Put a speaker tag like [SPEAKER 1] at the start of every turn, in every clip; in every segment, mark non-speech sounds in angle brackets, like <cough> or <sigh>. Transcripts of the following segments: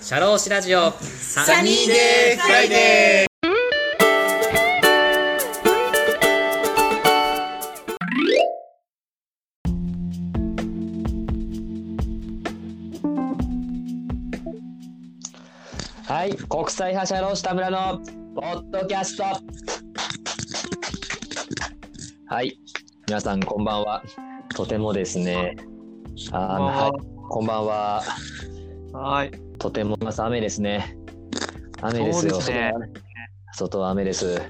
[SPEAKER 1] シャローシラジオサ
[SPEAKER 2] ニーデーフライデ
[SPEAKER 3] はい、国際派社労士田村のポッドキャスト。はい、皆さんこんばんは。とてもですね、あーはいこんばんは。
[SPEAKER 2] はい。
[SPEAKER 3] とてもます雨ですね。雨ですよ。
[SPEAKER 2] そうですね
[SPEAKER 3] 外は雨です。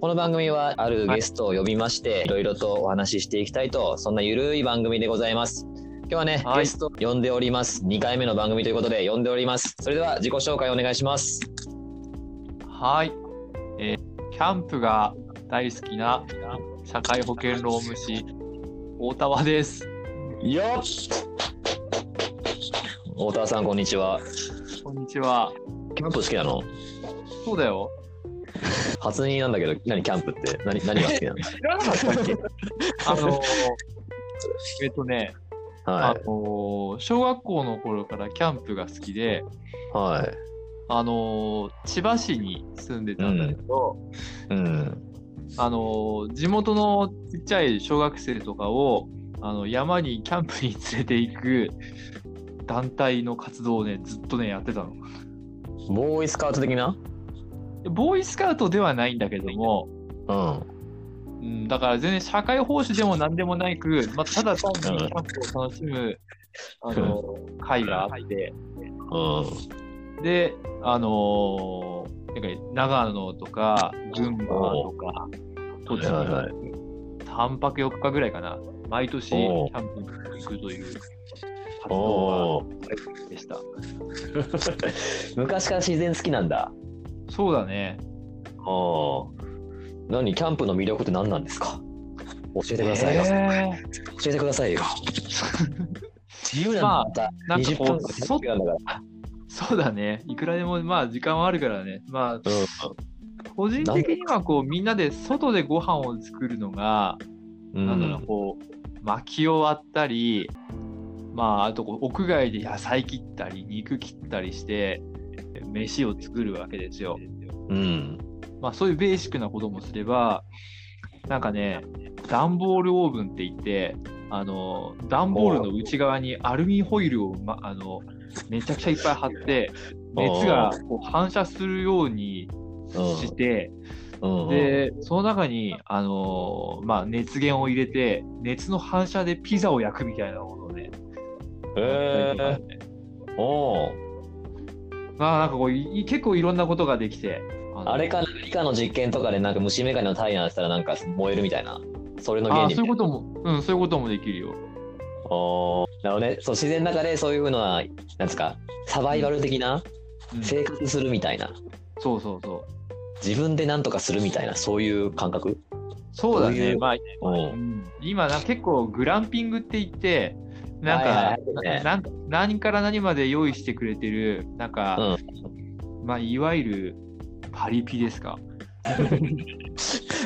[SPEAKER 3] この番組はあるゲストを呼びまして、いろいろとお話ししていきたいと、そんなゆるい番組でございます。今日はね、
[SPEAKER 2] はい
[SPEAKER 3] ゲストを呼んでおります。2回目の番組ということで呼んでおります。それでは自己紹介お願いします。
[SPEAKER 2] はい。えーキャンプが大好きな社会保険労務士、大田和です。
[SPEAKER 3] よっ太田さんこんにちは
[SPEAKER 2] こんにちは。
[SPEAKER 3] キャンプ好きなの
[SPEAKER 2] そうだよ。
[SPEAKER 3] 初耳なんだけど何キャンプって何何が好き <laughs> な
[SPEAKER 2] 知らなかったっけ <laughs> あのー、えっとね、
[SPEAKER 3] の
[SPEAKER 2] あ
[SPEAKER 3] は
[SPEAKER 2] のー小学校の頃からキャンプが好きで、
[SPEAKER 3] いはい
[SPEAKER 2] あのー千葉市に住んでたんだけど、
[SPEAKER 3] うん
[SPEAKER 2] あのー地元のちっちゃい小学生とかをあの山にキャンプに連れて行く団体の活動をねずっとねやってたの
[SPEAKER 3] ボーイスカウト的な
[SPEAKER 2] でボーイスカウトではないんだけども、
[SPEAKER 3] うん
[SPEAKER 2] うん、だから全然社会奉仕でも何でもなく、まあ、ただ単にキャンプを楽しむ、あのー会があって
[SPEAKER 3] う
[SPEAKER 2] であのーなんか長野とか群馬とか栃木
[SPEAKER 3] はいはい
[SPEAKER 2] 3泊4日ぐらいかな毎年キ
[SPEAKER 3] おう
[SPEAKER 2] ャンプに行くという活
[SPEAKER 3] ん
[SPEAKER 2] 動が
[SPEAKER 3] おお
[SPEAKER 2] でした。
[SPEAKER 3] 昔から自然好きなんだ
[SPEAKER 2] そうだね。
[SPEAKER 3] おお何キャンプの魅力って何なんですか教えてくださいよ、
[SPEAKER 2] え
[SPEAKER 3] 教えてくださいよ自由
[SPEAKER 2] ま
[SPEAKER 3] な
[SPEAKER 2] あ
[SPEAKER 3] んだ、ま
[SPEAKER 2] なんか
[SPEAKER 3] 20
[SPEAKER 2] こ
[SPEAKER 3] 分
[SPEAKER 2] う
[SPEAKER 3] 間好きなんだから
[SPEAKER 2] ーそうだね。いくらでもまあ時間はあるからね。まあ
[SPEAKER 3] う
[SPEAKER 2] 個人的にはこうみんなで外でご飯を作るのが、
[SPEAKER 3] ん
[SPEAKER 2] なんだろうこう薪を割ったり、まああとこう屋外で野菜切ったり肉切ったりして飯を作るわけですよ。
[SPEAKER 3] うん
[SPEAKER 2] まあそういうベーシックなこともすれば、なんかね、段ボールオーブンって言って、あの、段ボールの内側にアルミホイルを、ま、あの、めちゃくちゃいっぱい貼って、熱がこう反射するようにして、
[SPEAKER 3] うんうん
[SPEAKER 2] で、その中に、あの、まあ、熱源を入れて、熱の反射でピザを焼くみたいなことをね、
[SPEAKER 3] え
[SPEAKER 2] やっ
[SPEAKER 3] え
[SPEAKER 2] たりとかね
[SPEAKER 3] おお
[SPEAKER 2] まあ、なんかこう、い結構いろんなことができて、の
[SPEAKER 3] あれかな理科の実験とかでなんか虫眼鏡の体内にしたらなんか燃えるみたいなそれの原
[SPEAKER 2] あ
[SPEAKER 3] 理みた
[SPEAKER 2] そういう
[SPEAKER 3] い
[SPEAKER 2] ことも、うん、そういうこともできるよ。
[SPEAKER 3] なおーなるほどねそう自然の中でそういうのはなんですかサバイバル的な
[SPEAKER 2] うん
[SPEAKER 3] 生活するみたいな
[SPEAKER 2] そうそうそう。
[SPEAKER 3] 自分で何とかするみたいなそういう感覚
[SPEAKER 2] そうだ
[SPEAKER 3] どうい
[SPEAKER 2] ね。
[SPEAKER 3] う
[SPEAKER 2] まあ、
[SPEAKER 3] うん
[SPEAKER 2] 今な結構グランピングって言ってなんか、
[SPEAKER 3] はいはいはい
[SPEAKER 2] なんか何から何まで用意してくれてるなんか、まあいわゆるパリピですか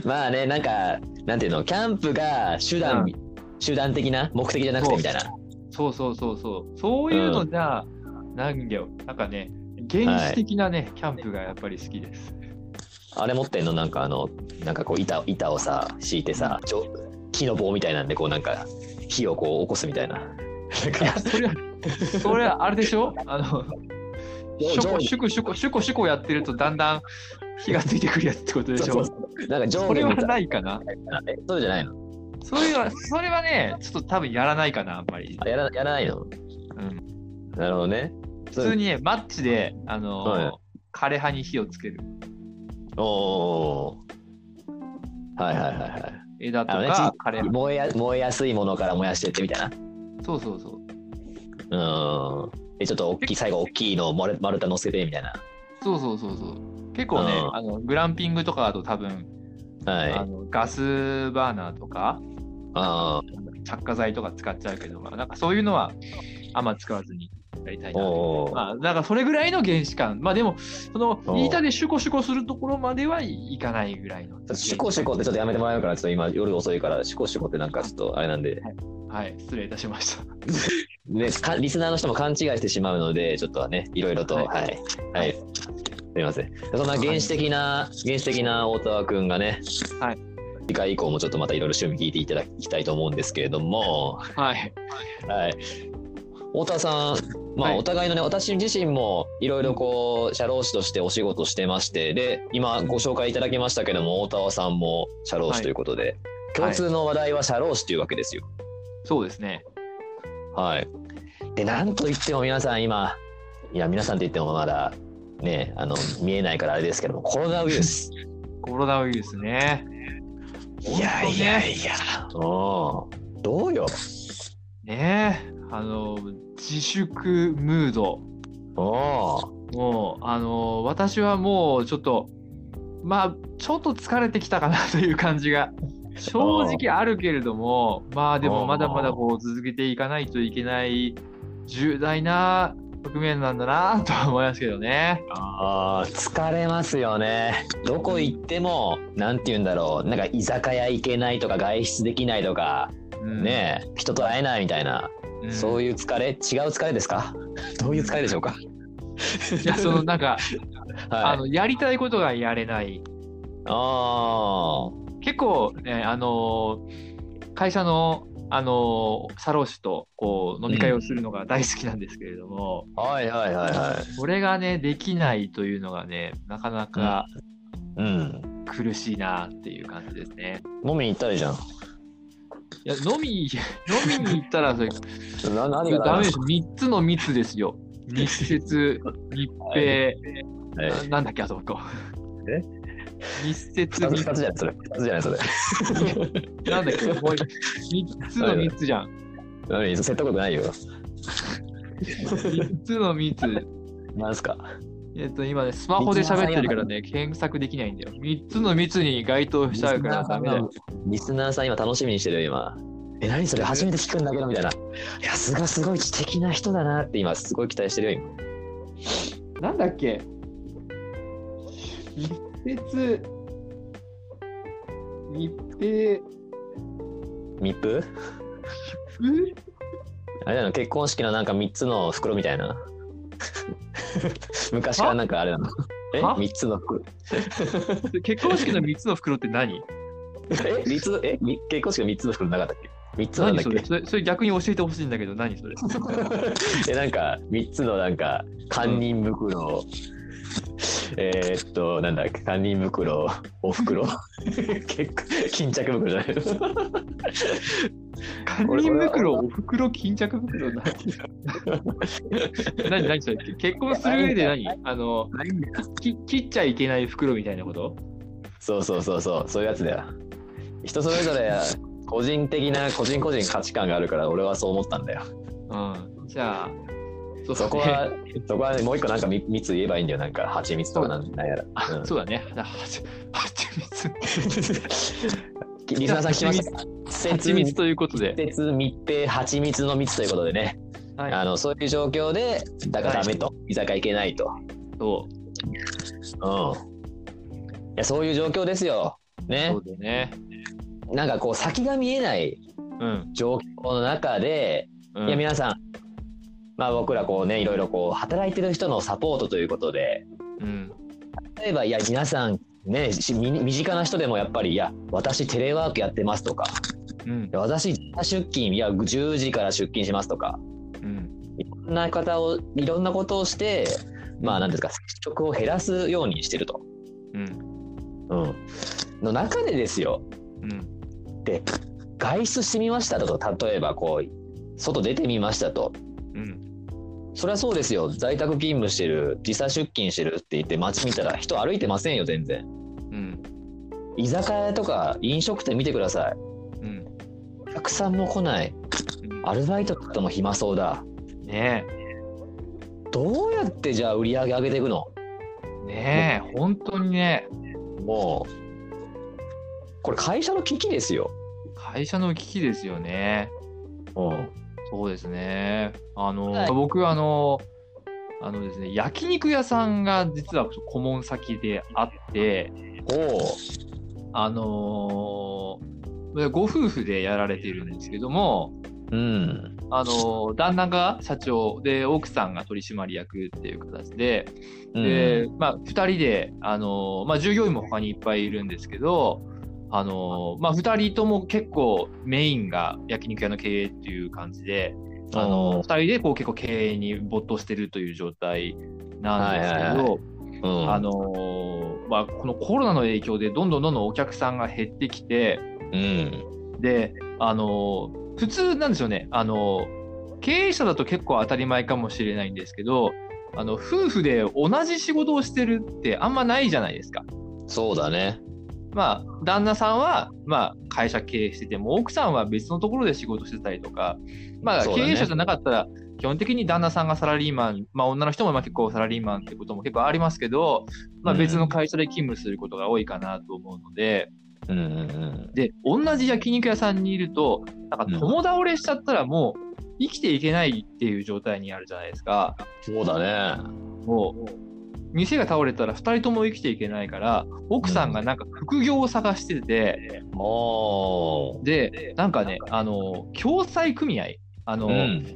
[SPEAKER 3] まあねなんかなんていうのキャンプが手段、
[SPEAKER 2] う
[SPEAKER 3] 手段的な目的じゃなくてみたいな
[SPEAKER 2] そうそうそうそうそういうのじゃ、なんだよなんかね原始的なね、キャンプがやっぱり好きです
[SPEAKER 3] あれ持ってんのなんかあのなんかこう板板をさ敷いてさちょ木の棒みたいなんでこうなんか火をこう起こすみたいな。なん
[SPEAKER 2] いや
[SPEAKER 3] か
[SPEAKER 2] それはそれはあれでしょあのシュコシュコシュコシュコシュコやってるとだんだん火がついてくるやつってことでしょ
[SPEAKER 3] なんか上
[SPEAKER 2] それ
[SPEAKER 3] 下
[SPEAKER 2] は
[SPEAKER 3] みたいな。
[SPEAKER 2] ないかな
[SPEAKER 3] えそうじゃないの
[SPEAKER 2] それはそれはねちょっと多分やらないかなあんまり
[SPEAKER 3] あやらやらないの、なるほどね。普
[SPEAKER 2] 普通にね、マッチで、あのー
[SPEAKER 3] はい
[SPEAKER 2] 枯れ葉に火をつける。
[SPEAKER 3] おおー。はいはいはいはい。
[SPEAKER 2] 枝と
[SPEAKER 3] あのね
[SPEAKER 2] か枯れ葉。
[SPEAKER 3] 燃えや燃えやすいものから燃やしてってみたい
[SPEAKER 2] そうそうそう。
[SPEAKER 3] な。うーん。えちょっと大きい最後大きいのを丸丸太乗せてみたいな。
[SPEAKER 2] そうそうそうそう。結構ね、
[SPEAKER 3] うん
[SPEAKER 2] あのグランピングとかだと多分、
[SPEAKER 3] はい。
[SPEAKER 2] あ
[SPEAKER 3] あ
[SPEAKER 2] のガスバーナーとか
[SPEAKER 3] あー。
[SPEAKER 2] 着火剤とか使っちゃうけど、まあ、なんかそういうのはあんま使わずにやりたいな。
[SPEAKER 3] おお。
[SPEAKER 2] まあ、なんかそれぐらいの原始感。まあでも、その
[SPEAKER 3] うん
[SPEAKER 2] 板でシュコシュコするところまではいかないぐらいの。
[SPEAKER 3] シュコシュコってちょっとやめてもらえるから、ちょっと今夜遅いから、シュコシュコってなんかちょっとあれなんで、
[SPEAKER 2] はい、失礼いたしました。
[SPEAKER 3] でかリスナーの人も勘違いしてしまうので、ちょっとはね、いろいろと、
[SPEAKER 2] は
[SPEAKER 3] はいい、はい、すみません。そんな原始的な、原始的な大沢くんがね、
[SPEAKER 2] はい。
[SPEAKER 3] 次回以降もちょっとまたいろいろ趣味聞いていただきたいと思うんですけれども、
[SPEAKER 2] はい。
[SPEAKER 3] はい。太田さん、ま
[SPEAKER 2] は
[SPEAKER 3] あ、
[SPEAKER 2] い
[SPEAKER 3] お互いのね、私自身もいろいろこう、社労士としてお仕事してまして、で、今ご紹介いただきましたけども、太田さんも社労士ということで、共通の話題は社労士というわけですよ。
[SPEAKER 2] そうですね。
[SPEAKER 3] はい。で、なんといっても皆さん今、いや、皆さんと言ってもまだ、ね、あの、見えないからあれですけども、コロナウイル
[SPEAKER 2] <laughs>
[SPEAKER 3] ス。
[SPEAKER 2] コロナウイルスね。
[SPEAKER 3] いやいやいや、うん。どうよ。
[SPEAKER 2] ねえ。あの、自粛ムード。
[SPEAKER 3] う
[SPEAKER 2] もう、あの、私はもうちょっと、まあ、ちょっと疲れてきたかなという感じが、正直あるけれども、まあで
[SPEAKER 3] あー
[SPEAKER 2] もまだまだこう続けていかないといけない重大な局面なんだなとは思いますけどね。
[SPEAKER 3] ん。ああ、疲れますよね。どこ行っても、なんて言うんだろう。なんか居酒屋行けないとか、外出できないとか、
[SPEAKER 2] うん、
[SPEAKER 3] ねえ、人と会えないみたいな、
[SPEAKER 2] うん
[SPEAKER 3] そういう疲れ、違う疲れですかどういう疲れでしょうか
[SPEAKER 2] いや、
[SPEAKER 3] <laughs>
[SPEAKER 2] そのなんか、あ
[SPEAKER 3] はい。
[SPEAKER 2] の、やりたいことがやれない。
[SPEAKER 3] あ
[SPEAKER 2] 結構ね、あのー会社の、あのー、社労士とこう飲み会をするのが大好きなんですけれども、
[SPEAKER 3] あ、はいはいはいはい。
[SPEAKER 2] これがね、できないというのがね、なかなか
[SPEAKER 3] うん。
[SPEAKER 2] 苦しいなっていう感じですね。
[SPEAKER 3] 飲みに行ったらいいじゃん。
[SPEAKER 2] いや、飲み、飲みに行ったら、それ、
[SPEAKER 3] な何が
[SPEAKER 2] ダメ
[SPEAKER 3] メ
[SPEAKER 2] です。3つの密ですよ。密接、密閉、ななんだっけ、あそこ。
[SPEAKER 3] え
[SPEAKER 2] 密接、
[SPEAKER 3] 二つ
[SPEAKER 2] 密
[SPEAKER 3] 二つじゃないそれ。二つじゃないそれ。
[SPEAKER 2] なんだっけ、もう3つの密じゃん。
[SPEAKER 3] 何説得力ないよ。
[SPEAKER 2] 3つの密。
[SPEAKER 3] なんすか。
[SPEAKER 2] えっと、今ね、スマホで喋ってるからね、検索できないんだよ。3つの密に該当しちゃうからダメだよ。
[SPEAKER 3] リスナーさん今楽しみにしてるよ今。え何それ初めて聞くんだけどみたいな。いやすがすごい知的な人だなって今すごい期待してるよ今。
[SPEAKER 2] なんだっけ密接、密閉、
[SPEAKER 3] 密封？あれなの結婚式のなんか三つの袋みたいな。 <laughs> 昔からなんかあれなの。え
[SPEAKER 2] は
[SPEAKER 3] 三つの袋。
[SPEAKER 2] 結婚式の3つの袋って何
[SPEAKER 3] え三つのえみ結婚式の三つの袋なかったっけ？三つなんだ
[SPEAKER 2] 何
[SPEAKER 3] っけ
[SPEAKER 2] そ？れそれそれ逆に教えてほしいんだけど、何それ
[SPEAKER 3] でなんか3つのなんか堪忍袋、えーっとなんだっけ堪忍袋お
[SPEAKER 2] <laughs>
[SPEAKER 3] 袋結構巾着袋じゃないですか
[SPEAKER 2] 堪忍袋、お袋、巾着袋、何何何それって結婚する上で何あのき、切っちゃいけない袋みたいなこと
[SPEAKER 3] そうそうそうそうそういうやつだよ人それぞれ個人的な個人個人価値観があるから俺はそう思ったんだよ
[SPEAKER 2] うん。じゃあ、そう
[SPEAKER 3] そこ
[SPEAKER 2] <laughs>
[SPEAKER 3] はそこは、ね、もう一個なんかみ蜜言えばいいんだよなんか蜂蜜とかなんなんやら、うん
[SPEAKER 2] そうだね。はち、はちみ <laughs> つ。
[SPEAKER 3] リスナーさん聞きましたか
[SPEAKER 2] はちみつということで。
[SPEAKER 3] 密接密閉蜂蜜の蜜ということでねあ
[SPEAKER 2] はい。
[SPEAKER 3] のそういう状況でだからダメと、居酒屋行けないと、
[SPEAKER 2] そう。
[SPEAKER 3] うん、いやそういう状況ですよね
[SPEAKER 2] そうだね。
[SPEAKER 3] なんかこう先が見えない
[SPEAKER 2] うん。
[SPEAKER 3] 状況の中で、
[SPEAKER 2] うん
[SPEAKER 3] いや皆さんまあ僕らこうねいろいろこう働いてる人のサポートということで
[SPEAKER 2] うん。
[SPEAKER 3] 例えばいや皆さんねし身身近な人でもやっぱりいや私テレワークやってますとか
[SPEAKER 2] うん
[SPEAKER 3] い。や私時差出勤いや10時から出勤しますとか
[SPEAKER 2] うん。
[SPEAKER 3] いろんな方をいろんなことをしてまあ何ですか接触を減らすようにしてると。
[SPEAKER 2] うん。
[SPEAKER 3] うん、の中でですよ
[SPEAKER 2] うん。
[SPEAKER 3] 外出してみましただと例えばこう外出てみましたと
[SPEAKER 2] うん。
[SPEAKER 3] そりゃそうですよ在宅勤務してる時差出勤してるって言って街見たら人歩いてませんよ全然
[SPEAKER 2] うん。
[SPEAKER 3] 居酒屋とか飲食店見てください
[SPEAKER 2] うん。
[SPEAKER 3] お客さんも来ないアルバイトとかも暇そうだ
[SPEAKER 2] ね
[SPEAKER 3] どうやってじゃあ売り上げ上げていくの
[SPEAKER 2] え。ねえ。本当にね。
[SPEAKER 3] もうこれ会社の危機ですよ、
[SPEAKER 2] 会社の危機ですよね。
[SPEAKER 3] うん、
[SPEAKER 2] そうですね。あの、
[SPEAKER 3] はい
[SPEAKER 2] 僕、あの、あのですね、焼肉屋さんが実は顧問先であって、
[SPEAKER 3] お
[SPEAKER 2] あのーご夫婦でやられてるんですけども、
[SPEAKER 3] ううん
[SPEAKER 2] あの旦那が社長で奥さんが取締役っていう形でで、まあ、2人で、あのまあ、従業員も他にいっぱいいるんですけど、あのまあ、2人とも結構メインが焼肉屋の経営っていう感じで、あの2
[SPEAKER 3] お
[SPEAKER 2] 人でこう結構経営に没頭してるという状態なんですけど。
[SPEAKER 3] はいはいはうん
[SPEAKER 2] あ、のまあ、このコロナの影響でどんどんどんどんお客さんが減ってきて、
[SPEAKER 3] うん、
[SPEAKER 2] で、あの普通なんですよね、あの経営者だと結構当たり前かもしれないんですけど、あの夫婦で同じ仕事をしてるってあんまないじゃないですか。
[SPEAKER 3] そうだね。
[SPEAKER 2] まあ、旦那さんは、まあ、会社経営してても、奥さんは別のところで仕事してたりとか、まあ、
[SPEAKER 3] そう
[SPEAKER 2] 経
[SPEAKER 3] だね
[SPEAKER 2] 営者じゃなかったら、基本的に旦那さんがサラリーマン、まあ、女の人もまあ結構サラリーマンってことも結構ありますけど、まあ、
[SPEAKER 3] うん
[SPEAKER 2] 別の会社で勤務することが多いかなと思うので、
[SPEAKER 3] うんうん
[SPEAKER 2] で、同じ焼肉屋さんにいると、なんか共倒れしちゃったらもう生きていけないっていう状態にあるじゃないですか。
[SPEAKER 3] うん、そうだね。
[SPEAKER 2] もう店が倒れたら2人とも生きていけないから奥さんがなんか副業を探してて、
[SPEAKER 3] おー。
[SPEAKER 2] で、なんかね、あの、共済組合、あの、
[SPEAKER 3] うん、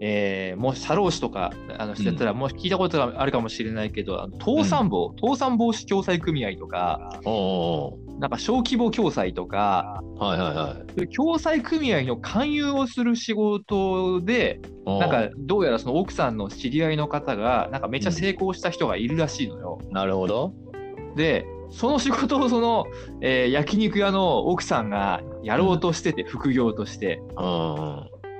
[SPEAKER 2] えーもう社労士とか、あの、してたら、もう聞いたことがあるかもしれないけど、あの倒産防、倒産防止共済組合とか、
[SPEAKER 3] おー
[SPEAKER 2] なんか小規模共済とか、
[SPEAKER 3] はいはいはい
[SPEAKER 2] そういう共済組合の勧誘をする仕事で、
[SPEAKER 3] おー。
[SPEAKER 2] なんか、どうやらその奥さんの知り合いの方が、なんかめっちゃ成功した人がいるらしいのよ。
[SPEAKER 3] なるほど。
[SPEAKER 2] で、その仕事をその、えー焼肉屋の奥さんがやろうとしてて、副業として。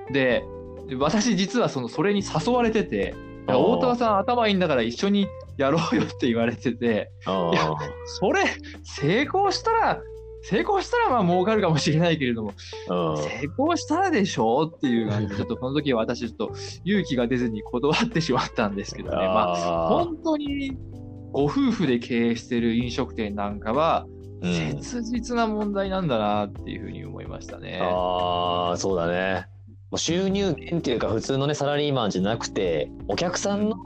[SPEAKER 3] う
[SPEAKER 2] でで私実はそのそれに誘われてて「いや
[SPEAKER 3] あー
[SPEAKER 2] 大田さん頭いいんだから一緒にやろうよ」って言われてて
[SPEAKER 3] ん。うん
[SPEAKER 2] いやそれ成功したら成功したらまあ儲かるかもしれないけれども
[SPEAKER 3] うん
[SPEAKER 2] 成功したらでしょうっていう感じでちょっとこの時は私ちょっと勇気が出ずに断ってしまったんですけどねまあ
[SPEAKER 3] あ
[SPEAKER 2] 本当にご夫婦で経営してる飲食店なんかは
[SPEAKER 3] ーうん
[SPEAKER 2] 切実な問題なんだなっていうふうに思いましたね。
[SPEAKER 3] あーそうだねもう収入源っていうか普通のねサラリーマンじゃなくてお客さんの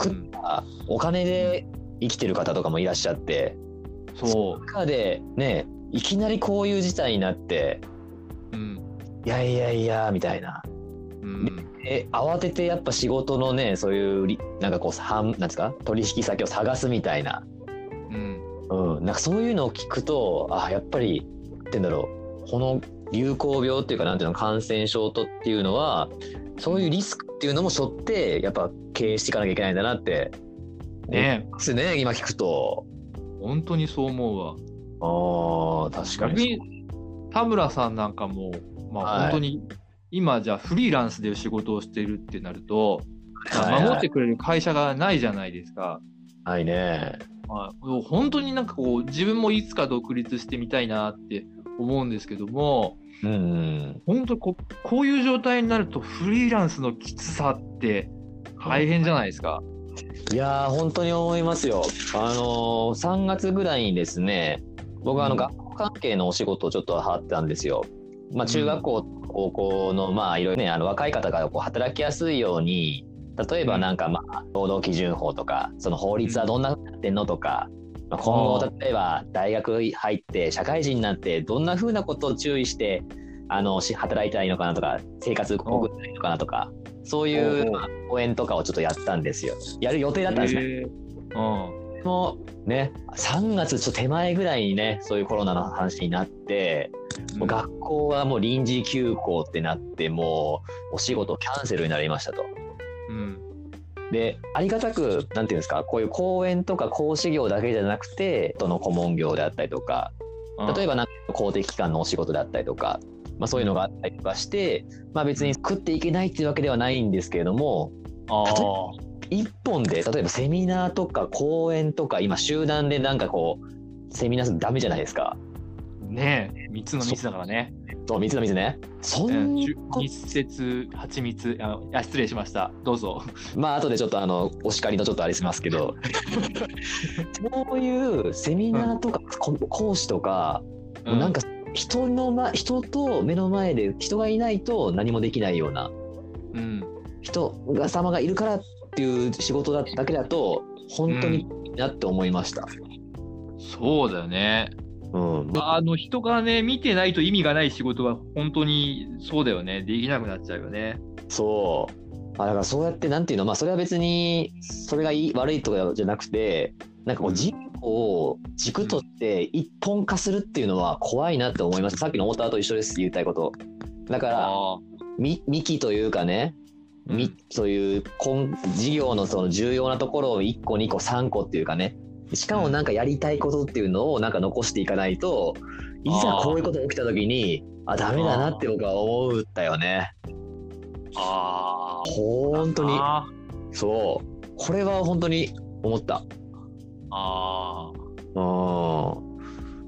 [SPEAKER 3] 食ったお金で生きてる方とかもいらっしゃって
[SPEAKER 2] そ
[SPEAKER 3] 中でねいきなりこういう事態になって
[SPEAKER 2] う、うん
[SPEAKER 3] いやいやいやみたいな
[SPEAKER 2] うん
[SPEAKER 3] え慌ててやっぱ仕事のねそういうりなんかこうはんなんですか取引先を探すみたいな,、
[SPEAKER 2] うん
[SPEAKER 3] うん、なんかそういうのを聞くとあやっぱりなんて言うんだろうこの流行病っていうかなんていうの感染症とっていうのはそういうリスクっていうのも背負ってやっぱ経営していかなきゃいけないんだなって
[SPEAKER 2] ねえ
[SPEAKER 3] ですね今聞くと
[SPEAKER 2] 本当にそう思うわ。
[SPEAKER 3] あー確か
[SPEAKER 2] 逆
[SPEAKER 3] に
[SPEAKER 2] に田村さんなんかも、まあ、
[SPEAKER 3] はい
[SPEAKER 2] 本当に、今じゃあフリーランスで仕事をしてるってなると、
[SPEAKER 3] はいはい
[SPEAKER 2] 守ってくれる会社がないじゃないですか。
[SPEAKER 3] はいね
[SPEAKER 2] まあ、本当になんかこう自分もいつか独立してみたいなって思うんですけども
[SPEAKER 3] うんうん
[SPEAKER 2] 本当ここういう状態になるとフリーランスのきつさって大変じゃないですか。
[SPEAKER 3] いやー本当に思いますよ。あのー、3月ぐらいにですね僕はあの
[SPEAKER 2] うん
[SPEAKER 3] 学校関係のお仕事をちょっとはったんですよ。まあ、中学校、高校のまあいろいろねあの若い方がこう働きやすいように例えばなんかまあ労働基準法とかその法律はどんなふうになってんのとか、まあ、今後例えば大学入って社会人になってどんなふうなことを注意してあのし働いたらいいのかなとか生活送ったらいいのかなとかそうい
[SPEAKER 2] おうお
[SPEAKER 3] う
[SPEAKER 2] う
[SPEAKER 3] まあ講演とかをちょっとやったんですよ。やる予定だったんですよ
[SPEAKER 2] へえうん
[SPEAKER 3] もうね3月ちょっと手前ぐらいにねそういうコロナの話になって、もう学校はもう臨時休校ってなってもうお仕事キャンセルになりましたと。
[SPEAKER 2] うん
[SPEAKER 3] でありがたくなんていうんですかこういう講演とか講師業だけじゃなくて人の顧問業であったりとか
[SPEAKER 2] うん
[SPEAKER 3] 例えばなんか公的機関のお仕事だったりとか、まあ、そういうのがあったりとかして、まあ、別に食っていけないっていうわけではないんですけれども
[SPEAKER 2] あー
[SPEAKER 3] 一本で例えばセミナーとか講演とか今集団でなんかこうセミナーするのダメじゃないですか。
[SPEAKER 2] ねえ3つの密だからね。
[SPEAKER 3] と水の水ね。そん
[SPEAKER 2] じゅ密接、蜂蜜あ、あ失礼しました。どうぞ。
[SPEAKER 3] まあ後でちょっとあのお叱りのちょっとあれしますけ <laughs> どそういうセミナーとか、こ講師とか、なんか人の、ま、人と目の前で人がいないと何もできないような
[SPEAKER 2] うん、
[SPEAKER 3] 人が様がいるからっていう仕事だだけだと本当にいいなって思いました。
[SPEAKER 2] そうだよね。
[SPEAKER 3] うん。
[SPEAKER 2] あの人がね、見てないと意味がない仕事は本当にそうだよね。できなくなっちゃうよね。
[SPEAKER 3] そう。あだからそうやって、なんていうの、まあ、それは別に、それがいい悪いとかじゃなくて、なんかこう、人口を軸とって一本化するっていうのは怖いなって思います。さっきの太田と一緒です、言いたいこと。だから、
[SPEAKER 2] あ
[SPEAKER 3] み幹というかね、
[SPEAKER 2] ー
[SPEAKER 3] みそういう根事業のその重要なところを1個2個3個っていうかねしかもなんかやりたいことっていうのをなんか残していかないといざこういうことが起きた時にあダメだなって僕は思ったよね
[SPEAKER 2] あー。
[SPEAKER 3] 本当に
[SPEAKER 2] あ
[SPEAKER 3] そうこれは本当に思った
[SPEAKER 2] ーあー。
[SPEAKER 3] う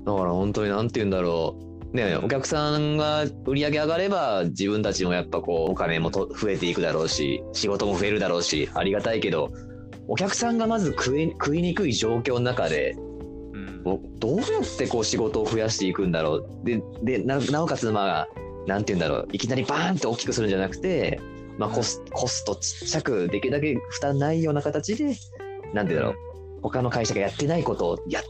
[SPEAKER 3] んだから本当に何て言うんだろうねえお客さんが売り上げ上がれば自分たちもやっぱこうお金もと増えていくだろうし仕事も増えるだろうしありがたいけどお客さんがまず食い食いにくい状況の中で
[SPEAKER 2] うん
[SPEAKER 3] おどうやってこう仕事を増やしていくんだろうででななおかつまあなんて言うんだろういきなりバーンって大きくするんじゃなくて、まあ、コスコストちっちゃくできるだけ負担ないような形でなんて言うんだろう他の会社がやってないことをや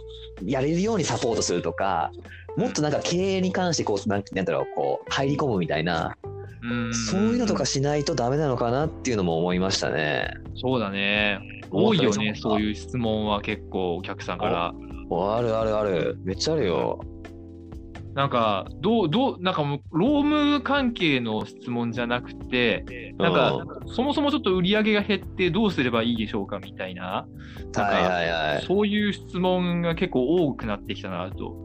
[SPEAKER 3] やれるようにサポートするとかもっとなんか経営に関してこうなんなんだろうこう入り込むみたいな、
[SPEAKER 2] うん
[SPEAKER 3] そういうのとかしないとダメなのかなっていうのも思いましたね。
[SPEAKER 2] そうだね。多いよね、そう
[SPEAKER 3] う
[SPEAKER 2] いう質問は結構お客さんから。
[SPEAKER 3] あるあるあるめっちゃあるよ。
[SPEAKER 2] なんか、どう、どう、なんかもう、労務関係の質問じゃなくて、なん
[SPEAKER 3] う
[SPEAKER 2] か、そもそもちょっと売り上げが減ってどうすればいいでしょうかみたいな、か
[SPEAKER 3] はいはいはい
[SPEAKER 2] そういう質問が結構多くなってきたなと。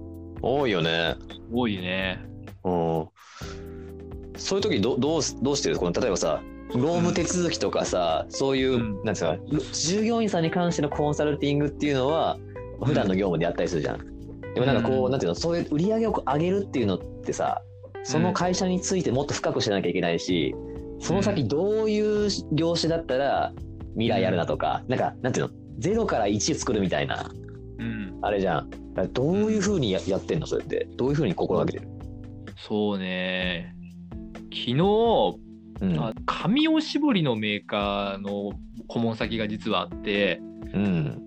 [SPEAKER 3] 多いよね。
[SPEAKER 2] 多いね。
[SPEAKER 3] うんそういう時どどうすどうしてるこの例えばさ労務手続きとかさ、そういう、
[SPEAKER 2] うん
[SPEAKER 3] なんですか従業員さんに関してのコンサルティングっていうのは普段の業務でやったりするじゃん。でもなんかこう、
[SPEAKER 2] うん
[SPEAKER 3] なんていうのそういう売り上げを上げるっていうのってさその会社についてもっと深く知らなきゃいけないし、その先どういう業種だったら未来あるなとか、なんかなんていうのゼロから1作るみたいな
[SPEAKER 2] うん。
[SPEAKER 3] あれじゃん。だからどういうふうにややってんのそれってどういうふうに心がけてる、
[SPEAKER 2] そうね。昨日、
[SPEAKER 3] うん
[SPEAKER 2] あ紙おしぼりのメーカーの顧問先が実はあって、
[SPEAKER 3] うん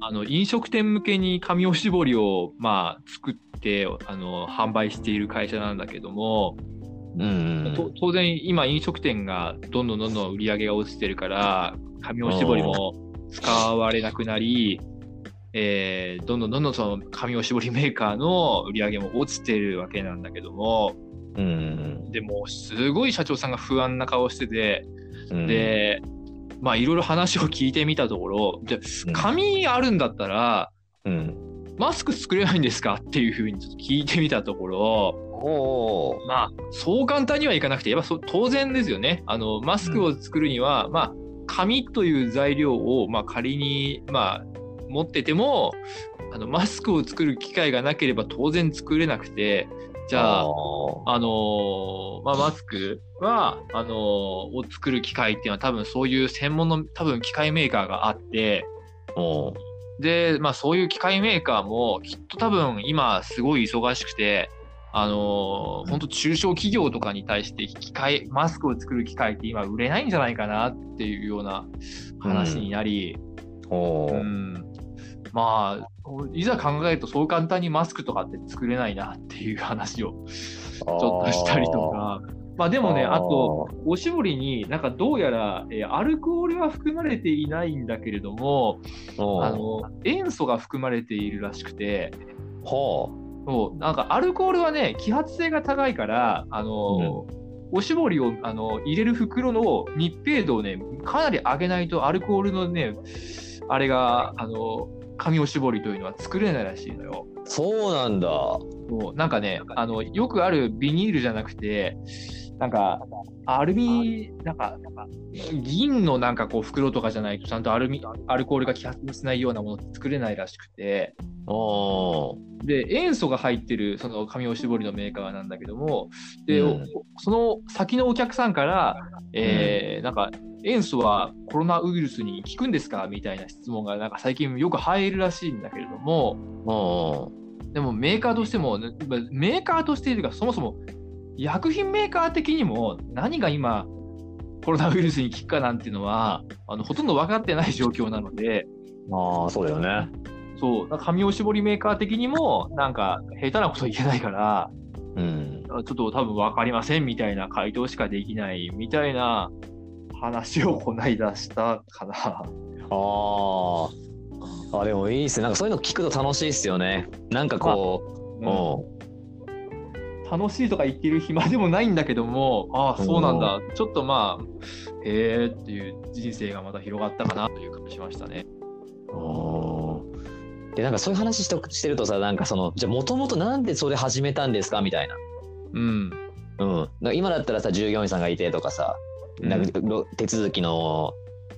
[SPEAKER 2] あの飲食店向けに紙おしぼりを、まあ、作ってあの販売している会社なんだけども、
[SPEAKER 3] うんうん
[SPEAKER 2] と当然今飲食店がどんどんどんどん売り上げが落ちてるから紙おしぼりも使われなくなり、えーどんどんどんどんその紙おしぼりメーカーの売り上げも落ちてるわけなんだけども
[SPEAKER 3] うん
[SPEAKER 2] でもすごい社長さんが不安な顔してて
[SPEAKER 3] うん、
[SPEAKER 2] でまあいろいろ話を聞いてみたところじゃ
[SPEAKER 3] うん
[SPEAKER 2] 紙あるんだったら
[SPEAKER 3] うん、
[SPEAKER 2] マスク作れないんですかっていうふうにちょっと聞いてみたところ、
[SPEAKER 3] おー
[SPEAKER 2] まあ、そう簡単にはいかなくて、やっぱそう当然ですよね。あの、マスクを作るには、まあ、紙という材料を、まあ、仮に、まあ、持ってても、あの、マスクを作る機会がなければ当然作れなくて、じゃあ、
[SPEAKER 3] お
[SPEAKER 2] あのーまあ、マスクは、あのーを作る機会っていうのは多分そういう専門の多分機械メーカーがあって、
[SPEAKER 3] ーおー
[SPEAKER 2] で、まあそういう機械メーカーもきっと多分今すごい忙しくて、あのー、本当中小企業とかに対して機械、マスクを作る機械って今売れないんじゃないかなっていうような話になり、
[SPEAKER 3] お
[SPEAKER 2] う
[SPEAKER 3] ー
[SPEAKER 2] ん、まあ、いざ考えるとそう簡単にマスクとかって作れないなっていう話をちょっとしたりとか、まあでもね、あと、おしぼりになんかどうやら、えーアルコールは含まれていないんだけれども、
[SPEAKER 3] おー
[SPEAKER 2] あの塩素が含まれているらしくて
[SPEAKER 3] ほ
[SPEAKER 2] そうなんかアルコールはね揮発性が高いからあの、おしぼりをあの入れる袋の密閉度をねかなり上げないとアルコールのねあれがあの紙おしぼりというのは作れないらしいのよ。
[SPEAKER 3] うそうなんだ
[SPEAKER 2] そうなんかねあのよくあるビニールじゃなくてなんかアルミなんかなんか銀のなんかこう袋とかじゃないとちゃんとアルミアルコールが揮発しないようなものって作れないらしくて。
[SPEAKER 3] おー
[SPEAKER 2] で塩素が入ってるその紙おしぼりのメーカーなんだけどもで、
[SPEAKER 3] うん
[SPEAKER 2] その先のお客さんから、えーなんか塩素はコロナウイルスに効くんですかみたいな質問がなんか最近よく入るらしいんだけれども
[SPEAKER 3] おー
[SPEAKER 2] でもメーカーとしてもねまメーカーとしてというかそもそも薬品メーカー的にも何が今コロナウイルスに効くかなんていうのはあのほとんど分かってない状況なので
[SPEAKER 3] ああそうだよね
[SPEAKER 2] そう、なんか紙おしぼりメーカー的にも、なんか、下手なこと言えないから、
[SPEAKER 3] うん。
[SPEAKER 2] あちょっと多分分かりませんみたいな回答しかできないみたいな話をこないだしたかな。
[SPEAKER 3] ああ。あ、でもいいっすね。なんかそういうの聞くと楽しいっすよね。なんかこう、う
[SPEAKER 2] 楽しいとか言ってる暇でもないんだけども、ああ、そうなんだ。ちょっとまあ、へえっていう人生がまた広がったかなという感じしましたね。
[SPEAKER 3] ん。おーで、なんかそういう話しとしてるとさ、なんかその、じゃあもともとなんでそれ始めたんですかみたいな。
[SPEAKER 2] うん。
[SPEAKER 3] うん。なんか今だったらさ、従業員さんがいてとかさ、なんかろ手続きの、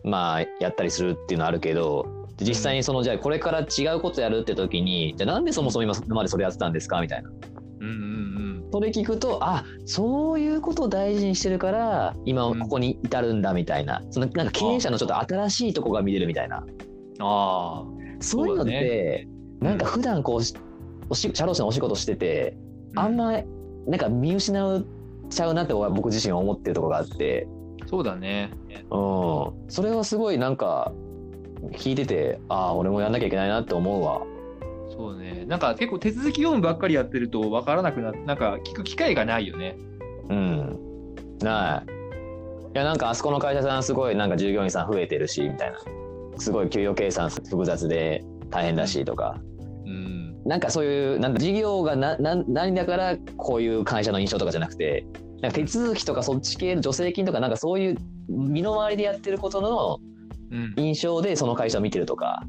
[SPEAKER 3] まあ、やったりするっていうのはあるけど、実際にその、じゃあこれから違うことやるって時に、じゃあなんでそもそも今までそれやってたんですかみたいな。
[SPEAKER 2] うんうん
[SPEAKER 3] それ聞くとあそういうことを大事にしてるから今ここに至るんだみたいな,、そのなんか経営者のちょっと新しいとこが見れるみたいな
[SPEAKER 2] うん。ああ。
[SPEAKER 3] そういうのって、なんか普段こうしおし社労士のお仕事しててあんまなんか見失うちゃうなって僕自身は思ってるとこがあって、
[SPEAKER 2] そうだね。
[SPEAKER 3] うん、それはすごいなんか聞いててああ俺もやんなきゃいけないなって思うわ。
[SPEAKER 2] そうね。なんか結構手続き業務ばっかりやってると分からなくなって、なんか聞く機会がないよね。
[SPEAKER 3] うん、ない。いやなんかあそこの会社さんすごいなんか従業員さん増えてるしみたいなすごい給与計算複雑で大変だしとか、
[SPEAKER 2] うん。
[SPEAKER 3] なんかそういうなんか事業がなな何だからこういう会社の印象とかじゃなくてなんか手続きとかそっち系の助成金とかなんかそういう身の回りでやってることの
[SPEAKER 2] うん。
[SPEAKER 3] 印象でその会社を見てるとか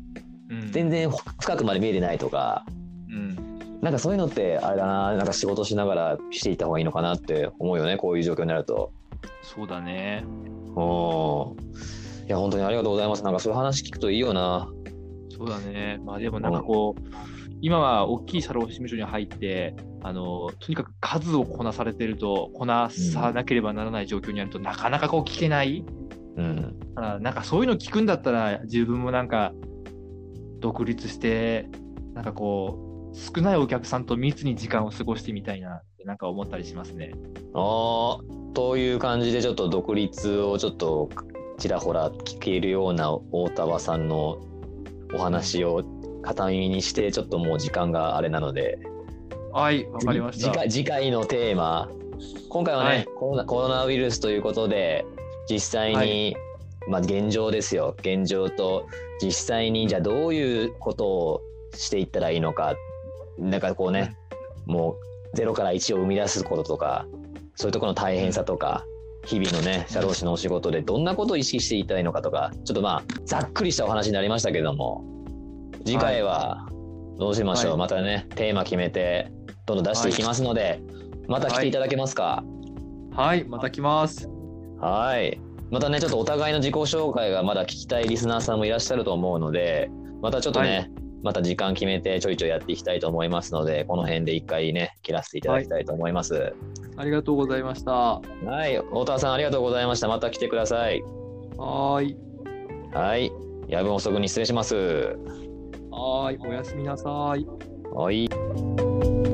[SPEAKER 2] うん
[SPEAKER 3] 全然深くまで見えてないとか
[SPEAKER 2] うん。
[SPEAKER 3] なんかそういうのってあれだななんか仕事しながらしていった方がいいのかなって思うよねこういう状況になると。
[SPEAKER 2] そうだね。
[SPEAKER 3] おーいや本当にありがとうございます。なんかそういう話聞くといいよな。
[SPEAKER 2] そうだね。まあでもなんかこう、今は大きい社労士事務所に入って、あの、とにかく数をこなされてると、こなさなければならない状況にあると、なかなかこう聞けない。
[SPEAKER 3] うん。
[SPEAKER 2] あなんかそういうの聞くんだったら、自分もなんか、独立して、なんかこう、少ないお客さんと密に時間を過ごしてみたいなって、なんか思ったりしますね。
[SPEAKER 3] ああという感じでちょっと独立をちょっとちらほら聞けるような大田場さんのお話を片耳にしてちょっともう時間があれなので
[SPEAKER 2] はい、わかりまし
[SPEAKER 3] 次
[SPEAKER 2] た。
[SPEAKER 3] 回次回のテーマ今回はね、
[SPEAKER 2] はい
[SPEAKER 3] コロナコロナウイルスということで実際に、
[SPEAKER 2] は
[SPEAKER 3] まあ、現状ですよ現状と実際にじゃあどういうことをしていったらいいのかなんかこうね、もう0から1を生み出すこととかそういうところの大変さとか日々のね社労士のお仕事でどんなことを意識していったらいいのかとかちょっとまあざっくりしたお話になりましたけども次回はどうしましょう、
[SPEAKER 2] はい
[SPEAKER 3] またねテーマ決めてどんどん出していきますので、また来ていただけますか
[SPEAKER 2] はい、また来ます。
[SPEAKER 3] はいまたねちょっとお互いの自己紹介がまだ聞きたいリスナーさんもいらっしゃると思うのでまたちょっとね、
[SPEAKER 2] は
[SPEAKER 3] また時間決めてちょいちょいやっていきたいと思いますのでこの辺で一回ね切らせていただきたいと思いますは、
[SPEAKER 2] ありがとうございました。はい
[SPEAKER 3] 太田さんありがとうございましたまた来てください
[SPEAKER 2] ーい。
[SPEAKER 3] はい夜分遅くに失礼します
[SPEAKER 2] はーい。おやすみなさい。
[SPEAKER 3] はい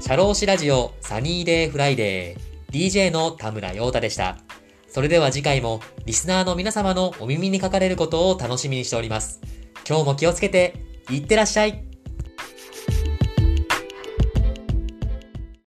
[SPEAKER 1] シャローシラジオサニーデーフライデー DJ の田村陽太でした。それでは次回もリスナーの皆様のお耳にかかれることを楽しみにしております。今日も気をつけて、いってらっしゃい